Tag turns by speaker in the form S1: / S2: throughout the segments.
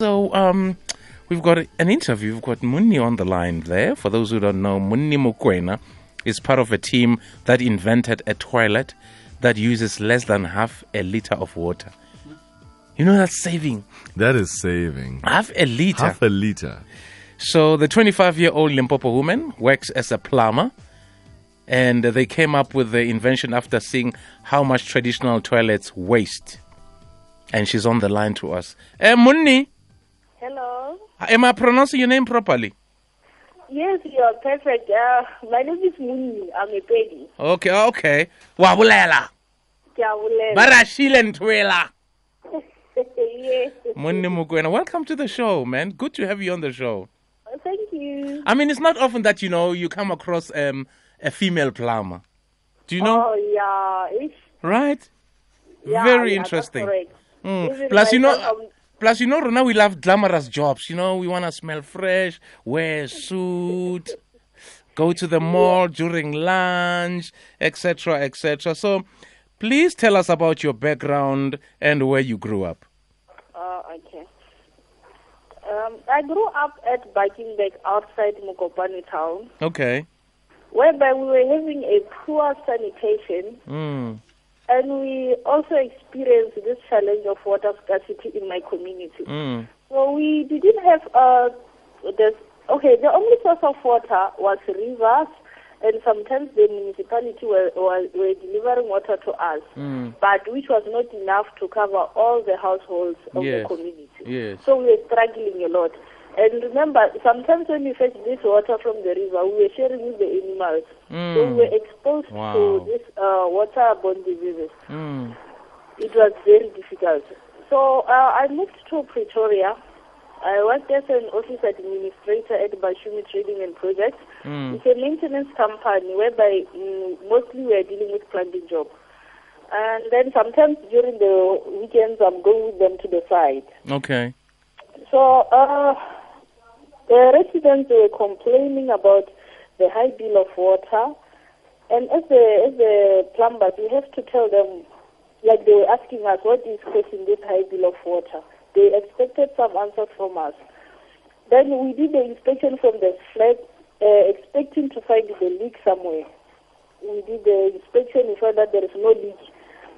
S1: So um, we've got an interview. We've got Munni on the line there. For those who don't know, Munni Mukwena is part of a team that invented a toilet that uses less than half a liter of water. You know that's saving
S2: That is saving.
S1: half a liter.
S2: Half a liter.
S1: So the 25-year-old Limpopo woman works as a plumber, and they came up with the invention after seeing how much traditional toilets waste. And she's on the line to us. Eh, Munni,
S3: Hello.
S1: am I pronouncing your name properly?
S3: Yes, you are perfect. Uh, my name is Muni. I'm a baby.
S1: Okay, okay. Wabulela,
S3: Kiabulela.
S1: barashile ntwela.
S3: yes.
S1: Munni Mukwena, welcome to the show, man. Good to have you on the show.
S3: Oh, Thank you.
S1: I mean, it's not often that you know you come across um, a female plumber. Do you know?
S3: Oh yeah, it's
S1: Right?
S3: yeah,
S1: Very
S3: yeah, that's
S1: interesting. Hmm.
S3: correct. Even
S1: Plus, you know,
S3: myself, I'm-
S1: plus you know, Rona, we love glamorous jobs. You know, we want to smell fresh, wear a suit, go to the mall during lunch, etc., etc. So, please tell us about your background and where you grew up.
S3: Oh, okay. Um, I grew up at Bakingbeck outside Mokopane town,
S1: Okay.
S3: whereby we were having a poor sanitation,
S1: Mm.
S3: and we also experienced this challenge of water scarcity in my community.
S1: Mm.
S3: So we didn't have uh, this. Okay, the only source of water was rivers, and sometimes the municipality were, were, were delivering water to us,
S1: Hmm.
S3: but which was not enough to cover all the households of
S1: Yes.
S3: the community.
S1: Yes.
S3: So we were struggling a lot. And remember, sometimes when we fetched this water from the river, we were sharing with the animals. So we
S1: Mm.
S3: were exposed
S1: Wow.
S3: to this uh, waterborne diseases.
S1: Mm.
S3: It was very difficult. So uh, I moved to Pretoria. I worked as an office administrator at Bashumi Trading and Projects.
S1: Mm.
S3: It's a maintenance company whereby mm, mostly we are dealing with plumbing jobs. And then sometimes during the weekends, I'm going with them to the site.
S1: Okay.
S3: So uh, the residents were complaining about the high bill of water, and as the as the plumbers, we have to tell them, like they were asking us, what is causing this high bill of water? They expected some answers from us. Then we did the inspection from the flat, uh, expecting to find the leak somewhere. We did the inspection, we found that there is no leak,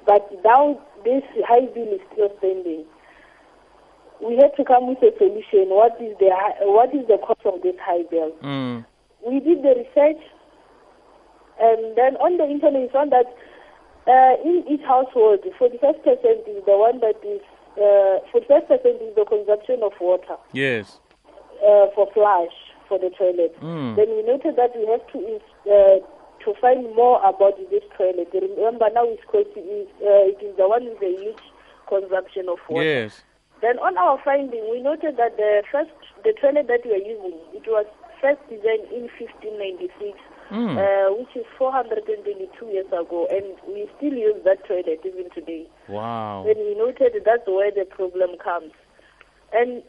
S3: but now this high bill is still standing we had to come with a solution. What is the hi- what is the cause of this high bill?
S1: Mm.
S3: We did the research, and then on the internet we found that uh, in each household, 45 percent is the one that is uh, 45 percent is the consumption of water
S1: Yes.
S3: uh, for flush for the toilet.
S1: Mm.
S3: Then we noted that we have to ins- uh, to find more about this toilet. Remember now it's called, uh, it is the one with the huge consumption of water.
S1: Yes.
S3: Then on our finding, we noted that the first the toilet that we are using, it was first designed in 1596, uh, which is 422 years ago, and we still use that toilet even today.
S1: Wow.
S3: Then we noted that's where the problem comes. And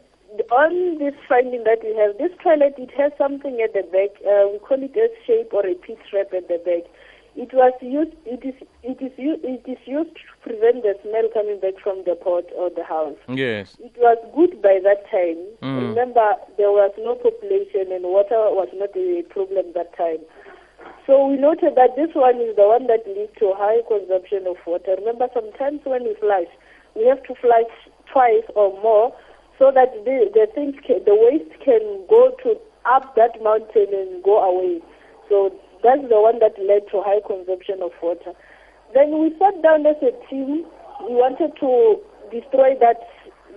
S3: on this finding that we have, this toilet, it has something at the back. Uh, we call it a shape or a pit trap at the back. It was used. It is. It is. u- It is used to prevent the smell coming back from the pot or the house
S1: Yes.
S3: it was good by that time.
S1: Mm.
S3: Remember, there was no population and water was not a problem that time. So we noted that this one is the one that leads to high consumption of water. Remember, sometimes when we flush, we have to flush twice or more so that the the things can, the waste can go to up that mountain and go away. So that's the one that led to high consumption of water. Then we sat down as a team. We wanted to destroy that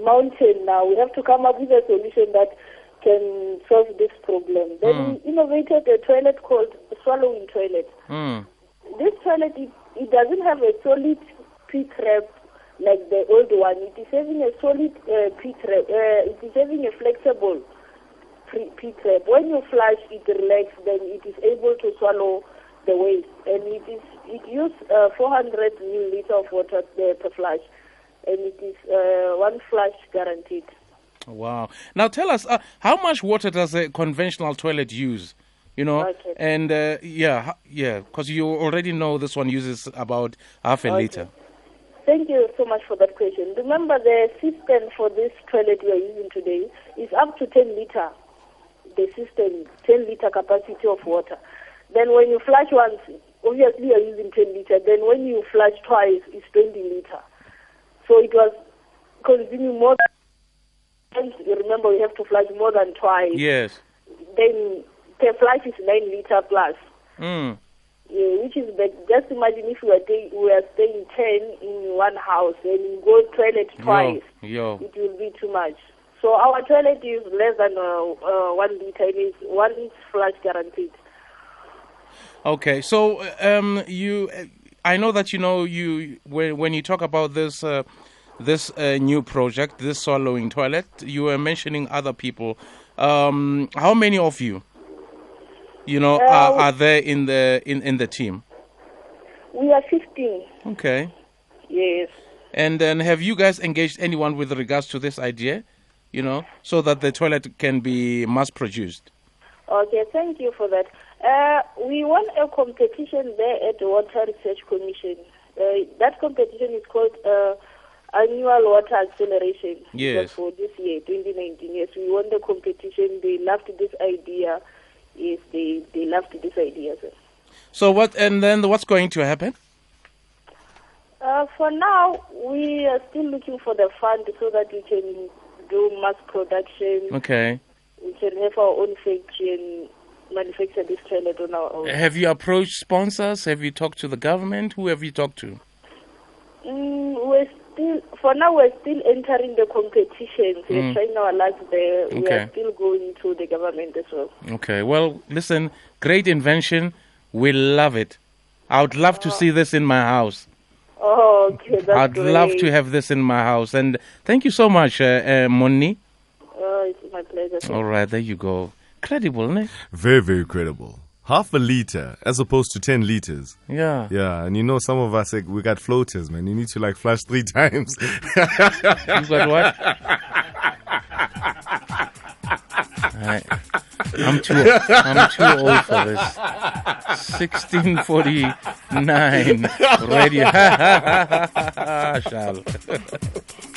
S3: mountain now. We have to come up with a solution that can solve this problem. Then we innovated a toilet called swallowing toilet.
S1: Mm.
S3: This toilet, it, it doesn't have a solid pit trap like the old one. It is having a solid uh, pit trap. Uh, it is having a flexible pre- pit trap. When you flush, it relaxes, then it is able to swallow the waste. And it is it uses uh, 400 milliliter of water uh, per flush, and it is uh, one flush guaranteed.
S1: Wow. Now tell us, uh, how much water does a conventional toilet use? You know,
S3: Okay.
S1: and uh, yeah, ho- yeah, because you already know this one uses about half a liter.
S3: So Thank you so much for that question. Remember, the system for this toilet we are using today is up to 10 liter. The system, 10 liter capacity of water. Then when you flush once, obviously you are using 10 liter. Then when you flush twice, it's 20 liter. So it was consuming more than. You remember, we have to flush more than twice.
S1: Yes.
S3: Then per flush is 9 liter plus.
S1: Mm.
S3: Yeah, which is bet Just imagine if we are, ta- we are staying 10 in one house and you go toilet
S1: Yo,
S3: twice,
S1: yo.
S3: it will be too much. So our toilet is less than uh, uh, one liter, it is one flush guaranteed.
S1: Okay, so uh, um, you, uh, I know that you know you when when you talk about this uh, this uh, new project, this swallowing toilet. You were mentioning other people. Um, how many of you, you know, are,
S3: Uh,
S1: are there in the in, in the team?
S3: We are 15,
S1: Okay,
S3: yes.
S1: and then have you guys engaged anyone with regards to this idea? You know, so that the toilet can be mass produced.
S3: Okay, thank you for that. Uh, we won a competition there at the Water Research Commission. Uh, that competition is called uh, Annual Water Acceleration. It was
S1: Yes.
S3: For this year, 2019. Yes, we won the competition. They loved this idea. Yes, they, they loved this idea. Sir.
S1: So what? And then what's going to happen?
S3: Uh, for now, we are still looking for the fund so that we can do mass production.
S1: Okay.
S3: We can have our own factory and manufacture this toilet on our own.
S1: Have you approached sponsors? Have you talked to the government? Who have you talked to?
S3: Mm, we're still, for now, we're still entering the competitions.
S1: Mm.
S3: We're trying our luck there. We
S1: Okay.
S3: are still going to the government as well.
S1: Okay, well, listen, great invention. We love it. I would love to see this in my house.
S3: Oh, okay, that's
S1: I'd
S3: great.
S1: love to have this in my house. And thank you so much, uh, uh, Moni.
S3: Oh, it's my pleasure.
S1: All right, there you go. Credible, ne?
S2: Very, very credible. Half a liter as opposed to 10 liters.
S1: Yeah.
S2: Yeah, and you know, some of us, like, we got floaters, man. You need to like flush three times.
S1: You got what? I, I'm too I'm too old for this. 1649 radio. Charles.